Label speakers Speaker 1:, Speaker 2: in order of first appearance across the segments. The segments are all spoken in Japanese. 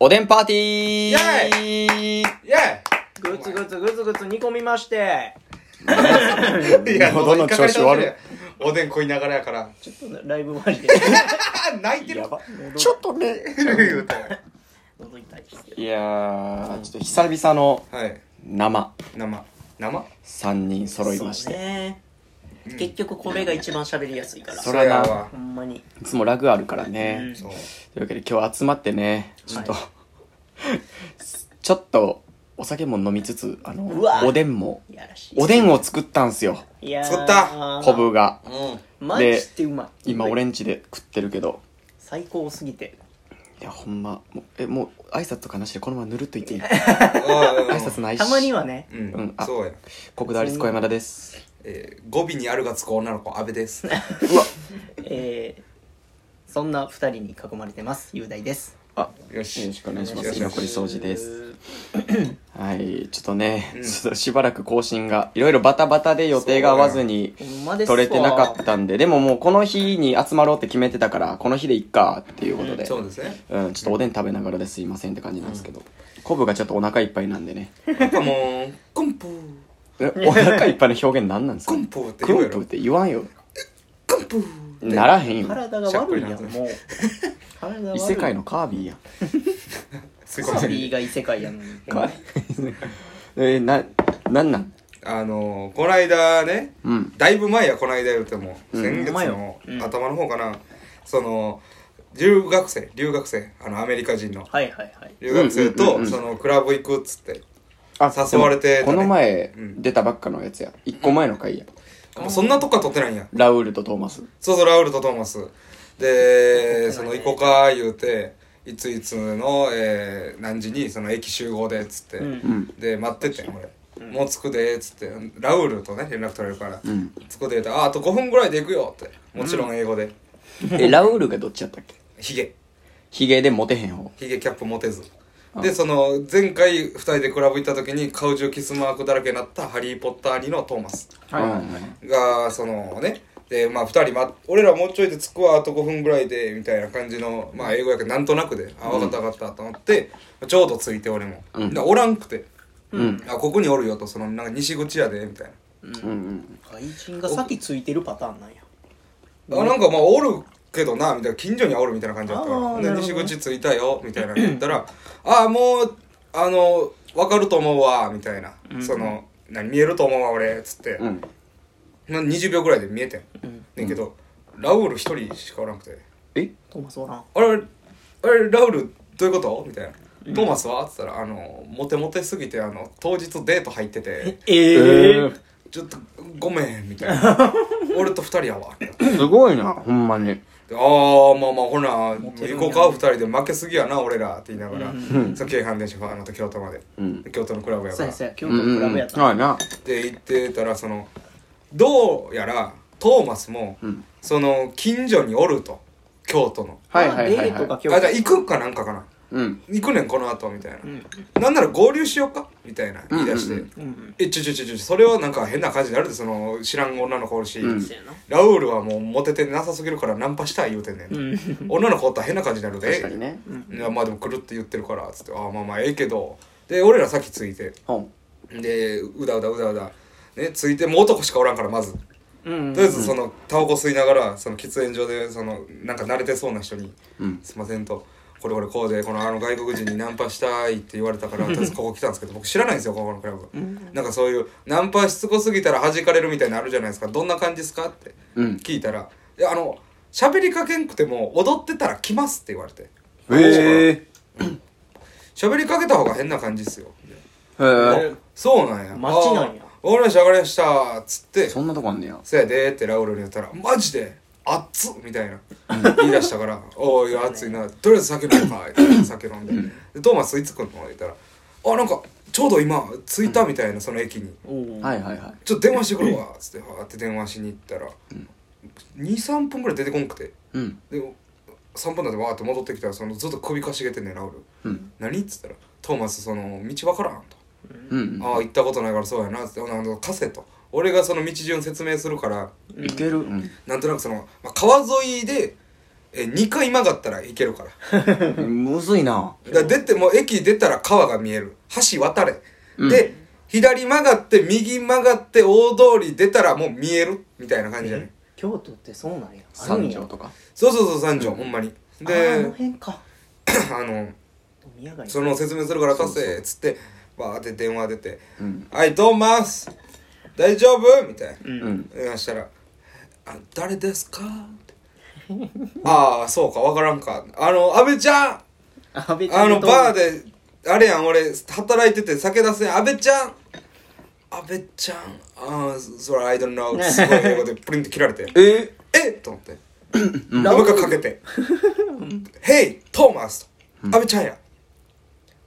Speaker 1: おでんパーティー
Speaker 2: イエ
Speaker 3: グツグツグツグツ煮込みまして
Speaker 2: イいや
Speaker 1: 喉の調
Speaker 2: 引
Speaker 1: 子悪い
Speaker 2: っかかり倒れてるやんおでん食いながらやから
Speaker 3: ちょっとライブマジ で
Speaker 2: あ泣いてる
Speaker 1: やば。ちょっとね。
Speaker 2: 言うたよ
Speaker 3: 喉痛いですけど
Speaker 1: いやー、ちょっと久々の
Speaker 2: はい
Speaker 1: 生
Speaker 2: 生生
Speaker 1: 3人揃いまして。
Speaker 3: そうね結局これが一番喋りやすいから
Speaker 1: そらな
Speaker 2: うやわ
Speaker 3: ほんまに
Speaker 1: いつもラグあるからね。
Speaker 2: そう
Speaker 1: というわけで今日集まってね、ちょっと、
Speaker 3: は
Speaker 1: ちょっとお酒も飲みつつ、あの
Speaker 3: うわ、
Speaker 1: おでんも、
Speaker 3: いやらしい
Speaker 1: おでんを作ったんすよ、
Speaker 3: いやー
Speaker 2: 作った
Speaker 1: コブが。
Speaker 2: うん
Speaker 3: マジでうまい
Speaker 1: 今オレンジで食ってるけど。
Speaker 3: 最高すぎて
Speaker 1: いや、ほんま、もうえ、もう挨拶とかなしでこのままぬるっといってい い
Speaker 2: 挨
Speaker 1: 挨拶ないし。
Speaker 3: たまにはね
Speaker 2: う
Speaker 1: うん
Speaker 2: ん
Speaker 1: あ
Speaker 2: そうや
Speaker 1: 国大立小山田です。
Speaker 2: えー語尾にあるがつく女の子阿部です
Speaker 3: えーそんな二人に囲まれてます雄大です
Speaker 1: あ、
Speaker 2: よ
Speaker 1: よろ
Speaker 2: し
Speaker 1: しくお願いしま
Speaker 2: よろ
Speaker 1: す。
Speaker 2: し
Speaker 1: 今
Speaker 2: く
Speaker 1: こり掃除です。はい、ちょっとね、
Speaker 2: うん
Speaker 1: ちょっとしばらく更新が、いろいろバタバタで予定が合わずに、
Speaker 3: ほんまですわ
Speaker 1: 取れてなかったんで、でももうこの日に集まろうって決めてたから、この日でいっかっていうことで、
Speaker 2: そうですね
Speaker 1: うん、ちょっとおでん食べながらですいませんって感じなんですけど、昆布がちょっとお腹いっぱいなんでね、
Speaker 2: カモンコンプー
Speaker 1: えお腹いっぱいの表現何なんですか
Speaker 2: コンプって
Speaker 1: ク
Speaker 2: 言うや
Speaker 1: ン
Speaker 2: ろ
Speaker 1: プって言わんよ。
Speaker 2: コンプー
Speaker 1: ならへんよ。
Speaker 3: 体が悪いやんもう体が悪
Speaker 1: 異
Speaker 3: い
Speaker 1: 世界のカービィやん。
Speaker 2: す
Speaker 3: カービィが異世 界やのに
Speaker 1: カービィえ、な、なんなん
Speaker 2: あのー、こないだね、
Speaker 1: うん
Speaker 2: だいぶ前やこないだ言うても、
Speaker 1: うん
Speaker 2: 先月
Speaker 3: ほんまよ
Speaker 2: の
Speaker 3: うん
Speaker 2: 頭の方かな、その留学生留学生あのアメリカ人の
Speaker 3: はいはいはい
Speaker 2: 留学生と、
Speaker 1: うんうんうんうん
Speaker 2: そのクラブ行くっつって
Speaker 1: あ
Speaker 2: 誘われてたね
Speaker 1: でもこの前
Speaker 2: うん
Speaker 1: 出たばっかのやつや1個前の回や
Speaker 2: もうそんなとこは撮ってないんや
Speaker 1: ラウールとトーマス
Speaker 2: そうそうラウルとトーマスで、
Speaker 3: 撮ってないね
Speaker 2: その行こうか言うていついつの、えー何時にその駅集合でっつって、
Speaker 3: うん
Speaker 1: うん
Speaker 2: で待っててん俺、もう着くでっつってラウルとね連絡取れるから、
Speaker 1: うん
Speaker 2: 着くでってああと5分ぐらいで行くよってもちろん英語で、
Speaker 1: えラウールがどっちやったっけ
Speaker 2: ヒゲ
Speaker 1: ヒゲでモテへん方
Speaker 2: ヒゲキャップ持てずでその前回2人でクラブ行った時に顔中キスマークだらけになったハリー・ポッター兄のトーマス
Speaker 3: はいはいはい
Speaker 2: がそのねでまあ2人、ま、俺らもうちょいで着くわあと5分ぐらいでみたいな感じのまあ英語やけどなんとなくであ分かった分かったと思って、ちょうど着いて俺も、
Speaker 1: うん
Speaker 2: でおらんくて、
Speaker 1: うんうん
Speaker 2: あここにおるよとそのなんか西口やでみたいな
Speaker 1: うんうん
Speaker 3: 外人が先ついてるパターンなんや
Speaker 2: あなんかまあおるけどなみたいな近所にはおるみたいな感じだった
Speaker 3: あー
Speaker 2: の
Speaker 3: な
Speaker 2: で
Speaker 3: るほ
Speaker 2: 西
Speaker 3: どね
Speaker 2: 口着いたよみたいなの言ったら 「ああもうあの分かると思うわ」みたいな、その何見えると思うわ俺っつって、
Speaker 1: うん
Speaker 2: な20秒ぐらいで見えてん、
Speaker 3: うん
Speaker 2: ねんけどラウール一人しかおらなくて
Speaker 1: え
Speaker 3: トーマスおらん
Speaker 2: 「あれあれラウールどういうこと?」みたいな。トーマスはっつったら、あの、モテモテすぎて、あの、当日デート入ってて、
Speaker 3: え
Speaker 1: え
Speaker 2: ちょっと、ごめん、みたい な。俺と二人やわ。
Speaker 1: ーすごいなほんまに
Speaker 2: でああまあまあほな
Speaker 3: モテる
Speaker 2: 行
Speaker 3: ん
Speaker 2: こ
Speaker 3: や
Speaker 2: うか二人で負けすぎやな俺らって言いながら、
Speaker 3: うん
Speaker 2: そう京阪電車あの京都まで、
Speaker 1: うん
Speaker 2: 京都のクラブやか
Speaker 3: そう
Speaker 2: ら
Speaker 3: やそ
Speaker 2: で
Speaker 3: うや京都のクラブやった、
Speaker 1: はいな
Speaker 2: 行ってたらそのどうやらトーマスも、
Speaker 1: うん
Speaker 2: その近所におると京都の
Speaker 1: はいはいはい
Speaker 3: デートが
Speaker 1: は
Speaker 3: 京都
Speaker 2: あじゃあ行くかなんかかな
Speaker 1: うん
Speaker 2: 行くねんこの後みたいな、
Speaker 3: うん
Speaker 2: なんなら合流しようかみたいな言い出して、
Speaker 1: うんうん
Speaker 3: うん
Speaker 2: えちょちょちょちょそれはなんか変な感じになるでその知らん女の子おるし、
Speaker 1: うん
Speaker 3: そうやな
Speaker 2: ラウールはもうモテてなさすぎるからナンパしたい言うてんねん、
Speaker 3: うん
Speaker 2: 女の子おったら変な感じになるで
Speaker 1: 確かにね
Speaker 2: いやまあでも来るって言ってるからつって「ああまあまあええけど」で俺らさっき着いて
Speaker 1: ほん
Speaker 2: でうだうだうだうだね着いてもう男しかおらんからまずと
Speaker 3: うん
Speaker 2: りあえずそのタバコ吸いながらその喫煙所でそのなんか慣れてそうな人に
Speaker 1: うん
Speaker 2: 「すいません」と「これこれこうでこのあの外国人にナンパしたい」って言われたからとりあえずここ来たんですけど僕知らないんですよここのクラブなんかそういうナンパしつこすぎたら弾かれるみたいなのあるじゃないですかどんな感じですかって
Speaker 1: うん
Speaker 2: 聞いたら「いやあの喋りかけんくても踊ってたら来ます」って言われて。
Speaker 1: ええ
Speaker 2: 喋りかけた方が変な感じっすよ。
Speaker 1: へ
Speaker 2: あそうなんや。
Speaker 3: 街なんや
Speaker 2: あー。俺らしゃがりましたっつって
Speaker 1: え、そんなとこあんねや
Speaker 2: そやでーってラウルに言ったら、マジで熱っみたいな。言い出したから、おーいや、熱いな。とりあえず酒飲むか。言って酒飲んで。で、トーマスいつ来んの言ったら、あ、なんか、ちょうど今、着いたみたいな、その駅に。
Speaker 3: おー
Speaker 1: はいはいはい
Speaker 2: ちょっと電話してくるわ。つって、はーって電話しに行ったら、2、3分くらい出てこんくて。
Speaker 1: うん
Speaker 2: で、3分だってわーって戻ってきたら、そのずっと首かしげてんねん、ラウル。
Speaker 1: うん
Speaker 2: 何っつったら「トーマスその道わからん」と
Speaker 1: う
Speaker 2: 「
Speaker 1: ん
Speaker 2: ああ行ったことないからそうやな」っつって「あの貸せ」と「俺がその道順説明するから
Speaker 1: いけるうん
Speaker 2: なんとなくその、まあ、川沿いで、ええ2回曲がったらいけるから
Speaker 1: むずいな。
Speaker 2: だから出てもう駅出たら川が見える橋渡れ、で左曲がって右曲がって大通り出たらもう見えるみたいな感じじゃない
Speaker 3: 京都ってそうなんやあるん
Speaker 1: 三
Speaker 3: や
Speaker 1: 条とか。
Speaker 2: そうそうそう三条、ほんまに
Speaker 3: ああ
Speaker 2: で
Speaker 3: の辺か
Speaker 2: あの
Speaker 3: 宮街
Speaker 2: その説明するから貸
Speaker 1: そうそ
Speaker 2: せっつってバーって電話出て
Speaker 1: うん
Speaker 2: 「はいトーマス大丈夫?」みたいな
Speaker 3: うん、
Speaker 1: うん。
Speaker 2: 電話したら「あ誰ですか?」って「ああそうかわからんかあの阿部ちゃん
Speaker 3: 安倍ちゃ
Speaker 2: あ
Speaker 3: ん
Speaker 2: の
Speaker 3: と
Speaker 2: バーであれやん俺働いてて酒出せん阿部ちゃん阿部ちゃんああそれ I don't know すごい英語でプリント切られて
Speaker 1: え
Speaker 2: えっと思ってもう一回かけて「Hey トーマス」阿部ちゃんや「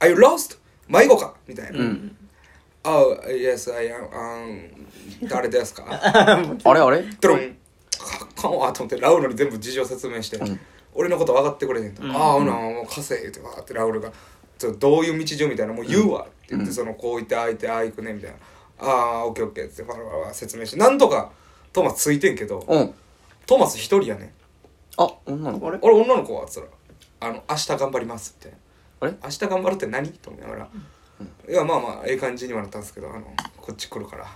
Speaker 2: Are you lost? 迷子か」みたいな
Speaker 1: うん。
Speaker 2: 「Oh yes I am um, 誰ですか?」
Speaker 1: あれあれ
Speaker 2: ドロンかっかんわと思ってラウルに全部事情説明して、俺のこと分かってくれへんと、ああほなもう稼いってわーってラウルがちょどういう道順みたいなもう言うわって言って、そのこう行ってああ行ってああ行くねみたいなああオッケーオッケーってバラバラ説明してなんとかトーマスついてんけど
Speaker 1: うん。
Speaker 2: トーマス一人やねん
Speaker 1: あ、女の子。
Speaker 3: あれ
Speaker 2: 俺女の子はつらあの明日頑張りますみたい
Speaker 1: あれ
Speaker 2: な明日頑張るって何と思いながら、いやまあまあええ感じにはなったんですけどあのこっち来るから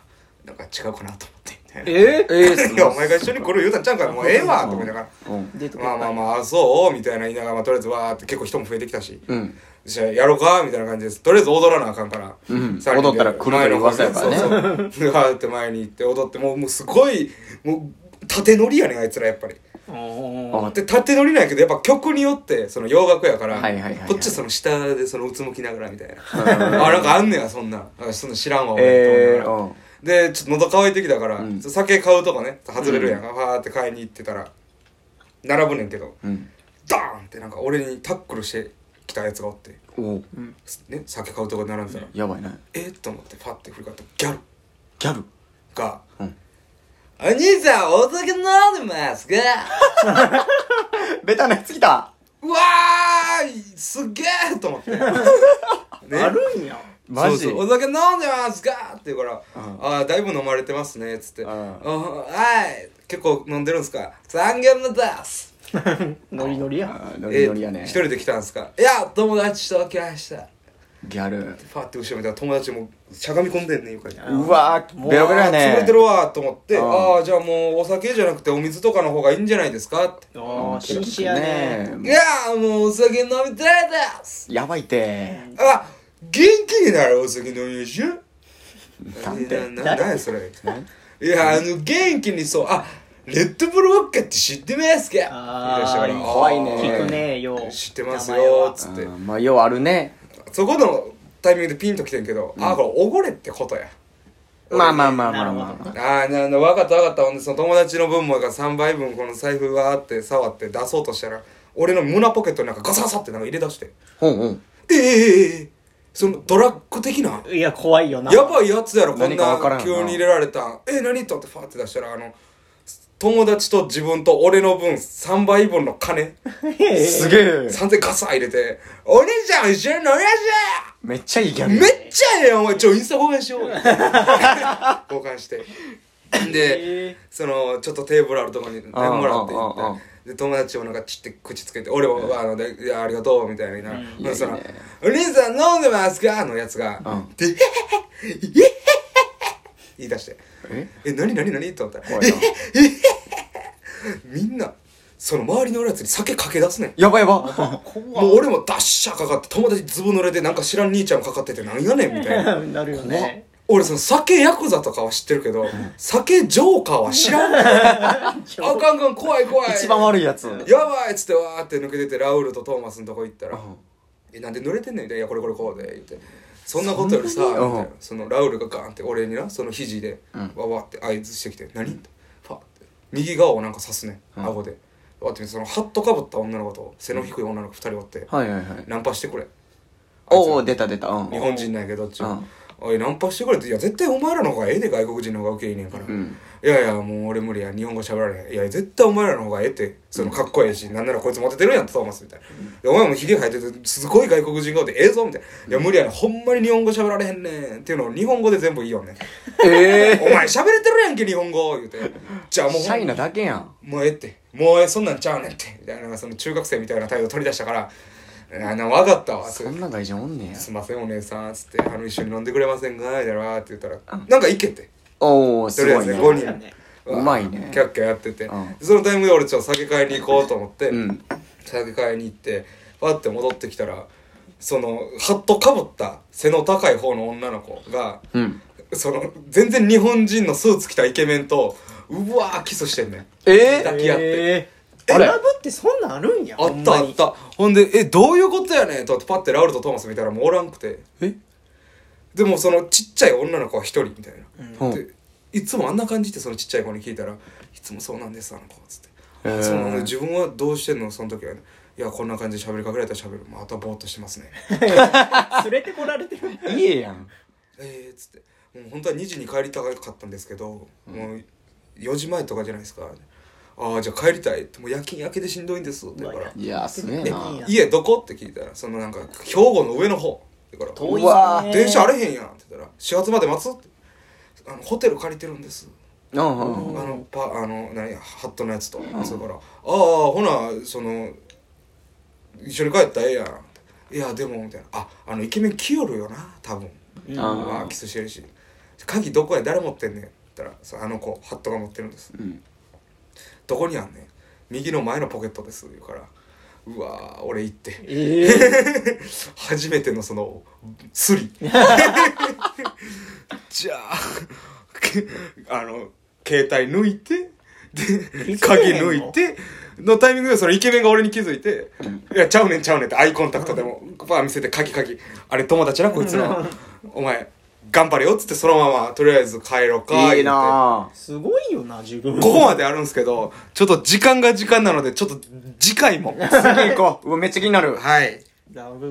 Speaker 2: なんか違うかなと思ってみたいな
Speaker 1: ええ
Speaker 2: いや、お前が一緒に来る言うたんちゃうんから、もうええわと思いながら。
Speaker 1: うん。
Speaker 3: デート
Speaker 2: まあまあまあ、あそうみたいな言いながら、まあ、とりあえずわーって結構人も増えてきたし。
Speaker 1: うん。
Speaker 2: じゃあ、やろうかみたいな感じです。とりあえず踊らなあかんから。
Speaker 1: うん
Speaker 2: 三人で
Speaker 1: 踊ったら来るという噂やからね
Speaker 2: 前の方にそう そう。わーって前に行って踊って、もう、もうすごい、もう、縦乗りやねん、あいつらやっぱり。
Speaker 3: おー
Speaker 2: で、縦乗りなんやけど、やっぱ曲によって、その洋楽やから、
Speaker 1: はいはいはいはい
Speaker 2: こっちはその下でそのうつむきながらみたい な。あ、なんかあんねや、そんなん。あそんなん知らんわ、俺。
Speaker 1: ええ
Speaker 2: と思いながら
Speaker 1: ー。
Speaker 2: でちょっと喉乾いてきたから、
Speaker 1: うん
Speaker 2: 酒買うとこね外れるやんか、ファーって買いに行ってたら並ぶねんけど
Speaker 1: うん。
Speaker 2: ダーンってなんか俺にタックルしてきたやつがおって、
Speaker 1: おう
Speaker 2: すね、酒買うとこ並んでたら、
Speaker 1: やばいね。
Speaker 2: えっと思ってパッて振り返ったらギャル
Speaker 1: ギャル。
Speaker 2: が「
Speaker 1: うん
Speaker 2: お兄さんお酒飲んでますか? 」
Speaker 1: ベタなやつ来た
Speaker 2: うわーいすげえと思って。ね
Speaker 3: あるんや
Speaker 1: マジ
Speaker 2: そうそうお酒飲んでますかって言うから「
Speaker 1: うん
Speaker 2: ああだいぶ飲まれてますね」っつって「
Speaker 1: うん
Speaker 2: あはい結構飲んでるんすか三軒目です」
Speaker 3: ノリノリや
Speaker 1: あ ーノリノリや
Speaker 2: え
Speaker 1: ね
Speaker 2: 一。人で来たんすかいや友達と来ました
Speaker 1: ギャル。
Speaker 2: パッて後ろ見たら友達もしゃがみ込んでんねん床に
Speaker 1: うわ
Speaker 3: も
Speaker 1: ー、
Speaker 3: う
Speaker 1: ベロベロや
Speaker 2: あー潰れて
Speaker 1: ね。
Speaker 2: るわーと思って、
Speaker 1: うん
Speaker 2: ああじゃあもうお酒じゃなくてお水とかの方がいいんじゃないですかって、
Speaker 3: ああ紳士やね
Speaker 2: いやーもうお酒飲みたいです
Speaker 1: やばいて。
Speaker 2: あ元気になるお酒飲みましょう
Speaker 1: なんて
Speaker 2: なななんやそれいやあの元気にそうあレッドブルウォッカって知ってますか
Speaker 3: あー
Speaker 2: いらっしゃから
Speaker 1: 怖いね
Speaker 2: あー
Speaker 3: 聞くねよう
Speaker 2: 知ってますよ
Speaker 3: 名前は
Speaker 2: ーつって
Speaker 1: うんまあ、ようあるね。
Speaker 2: そこのタイミングでピンときてんけど、ああこれおごれってことや
Speaker 1: まあまあまあまあま
Speaker 3: なるほ
Speaker 1: あ
Speaker 3: ど
Speaker 1: ま
Speaker 2: ああなな分かった分かったほんでその友達の分もが3倍分この財布わーって触って出そうとしたら俺の胸ポケットになんかガサガサってなんか入れ出して
Speaker 1: あ。うんうん。
Speaker 2: ええええええそのドラッグ的ない
Speaker 3: や怖いよな
Speaker 2: やばいやつやろこん
Speaker 1: 何か分からん
Speaker 2: な
Speaker 1: な
Speaker 2: 急に入れられたんえ何とってファーって出したらあの友達と自分と俺の分3倍分の金
Speaker 3: ええ
Speaker 1: すげえ。
Speaker 2: 3000ガサ入れて「お兄ちゃん一緒に飲みましょう!」
Speaker 1: めっちゃいいギャル。
Speaker 2: めっちゃええやんお前ちょインスタ交換しよう交換してで、
Speaker 3: えー
Speaker 2: そのちょっとテーブルあるとこにねも
Speaker 1: ああ
Speaker 2: らって
Speaker 1: ああ
Speaker 2: 行
Speaker 1: あ
Speaker 2: ってで友達もなんかちって口つけて俺もあのでいやありがとうみたいな、
Speaker 1: ん
Speaker 2: でその
Speaker 1: いやいいね
Speaker 2: お兄さん飲んでますか?」のやつが
Speaker 1: うん
Speaker 2: で「へへへへへ言い出して
Speaker 1: え
Speaker 2: 「え何何何?」と思ったら
Speaker 1: 怖いな
Speaker 2: みんなその周りの俺やつに酒かけ出すねん
Speaker 1: やばいやば。
Speaker 2: もう俺もダッシャーかかって友達ずぶ濡れでなんか知らん兄ちゃんかかっててなんやねんみたいな
Speaker 3: なるよね
Speaker 2: 俺その酒ヤクザとかは知ってるけど、酒ジョーカーは知らんねん あかんあかん怖い怖い
Speaker 1: 一番悪いやつ。
Speaker 2: やばいっつってわーって抜け出てラウルとトーマスのとこ行ったら「えなんで濡れてんねん」みたいな「いやこれこれこうで」言って「そんなことよりさ」みたい
Speaker 1: うん
Speaker 2: なそのラウルがガーンって俺になその肘でわわって合図してきて「何?」ってファって右側をなんか刺すねん顎でわーって見てそのハットかぶった女の子と背の低い女の子2人おって
Speaker 1: はいはいはい。
Speaker 2: ナンパしてくれ
Speaker 1: おお、出た出た。うん。
Speaker 2: 日本人なんやけどどっち
Speaker 1: う
Speaker 2: も
Speaker 1: ん
Speaker 2: 「おいナンパしてくれ」って「いや絶対お前らの方がええで外国人の方がウケいいねんから」
Speaker 1: ん
Speaker 2: いやいやもう俺無理や日本語喋られへん」「いや絶対お前らの方がええってそのかっこええし、なんならこいつモテてるやん」トーマスみたいな「でお前もヒゲ生えててすごい外国人顔でええぞ」みたいな「いや無理やねんほんまに日本語喋られへんねん」っていうのを日本語で全部いいよねん
Speaker 1: ええ
Speaker 2: お前喋れてるやんけ日本語」言うて「じゃあもう
Speaker 1: シャイなだけやん。
Speaker 2: もうええってもうえそんなんちゃうねんって」みたいなその中学生みたいな態度取り出したから「あな分かったわ」
Speaker 1: そんな大臣おんねや
Speaker 2: すいませんお姉さん」つって「あの一緒に飲んでくれませんか?」みたいなって言ったら「なんか行け」って
Speaker 1: おおす
Speaker 2: とりあえ
Speaker 1: ごい
Speaker 2: ず
Speaker 1: ね
Speaker 2: ね5
Speaker 3: そ
Speaker 2: 人
Speaker 1: う
Speaker 3: うやね
Speaker 1: まいね
Speaker 2: キャッキャやってて
Speaker 1: うん
Speaker 2: そのタイミングで俺ちょっと酒買いに行こうと思って
Speaker 1: うん
Speaker 2: 酒買いに行ってパッて戻ってきたらそのハットかぶった背の高い方の女の子が
Speaker 1: うん
Speaker 2: その全然日本人のスーツ着たイケメンとうわーキスしてんねん
Speaker 1: え
Speaker 2: 抱き合って
Speaker 3: えー、
Speaker 1: あ
Speaker 3: ク
Speaker 1: れ
Speaker 3: ラブってそんなんあるんや
Speaker 2: あったあったほんでえどういうことやねんと思ってパッてラウルとトーマス見たらもうおらんくて
Speaker 1: え
Speaker 2: でもそのちっちゃい女の子は一人みたいな、
Speaker 1: うん
Speaker 2: でいつもあんな感じってそのちっちゃい子に聞いたら「いつもそうなんですあの子」つって、
Speaker 1: へー
Speaker 2: その自分はどうしてんのその時は、ね「いやこんな感じで喋りかけられたら喋るまたぼーっとしてます ね」
Speaker 3: 連れてこられてる
Speaker 1: いいやん
Speaker 2: えー、っつって「もう本当は2時に帰りたかったんですけど、もう4時前とかじゃないですか」ああじゃあ帰りたい」って「もう夜勤明けでしんどいんです」って言うから
Speaker 1: いやすげえな
Speaker 3: うん
Speaker 2: 家どこって聞いたらそのなんか兵庫の上の方だから
Speaker 3: 遠いっすね
Speaker 1: うわー
Speaker 2: 電車あれへんやんって言ったら始発まで待つってあのホテル借りてるんです
Speaker 1: うんう
Speaker 2: あ
Speaker 1: んうん
Speaker 2: のパあの何やハットのやつとそれからああほなその一緒に帰ったらええやんいやでもみたいなああのイケメン来よるよな多分
Speaker 3: うん
Speaker 1: あー
Speaker 2: ああキスしてるし鍵どこや誰持ってんねんって言ったらそうあの子ハットが持ってるんです
Speaker 1: うん
Speaker 2: どこにあんねん右の前のポケットです言うからうわー俺行って
Speaker 3: ええ
Speaker 2: 初めてのそのスリじゃあけあの携帯抜いてで
Speaker 3: 気づけ
Speaker 2: 鍵
Speaker 3: へんの
Speaker 2: 抜いてのタイミングでそのイケメンが俺に気づいて「いやちゃうねんちゃうねん」ってアイコンタクトでもパー見せて鍵鍵あれ友達なこいつらお前頑張れよっつってそのままとりあえず帰ろうか言うて
Speaker 1: いいな
Speaker 3: すごいよな自分
Speaker 2: ここまであるんですけどちょっと時間が時間なのでちょっと次回も
Speaker 1: ぁ次行こううわめっちゃ気になる
Speaker 2: はい
Speaker 3: ラブ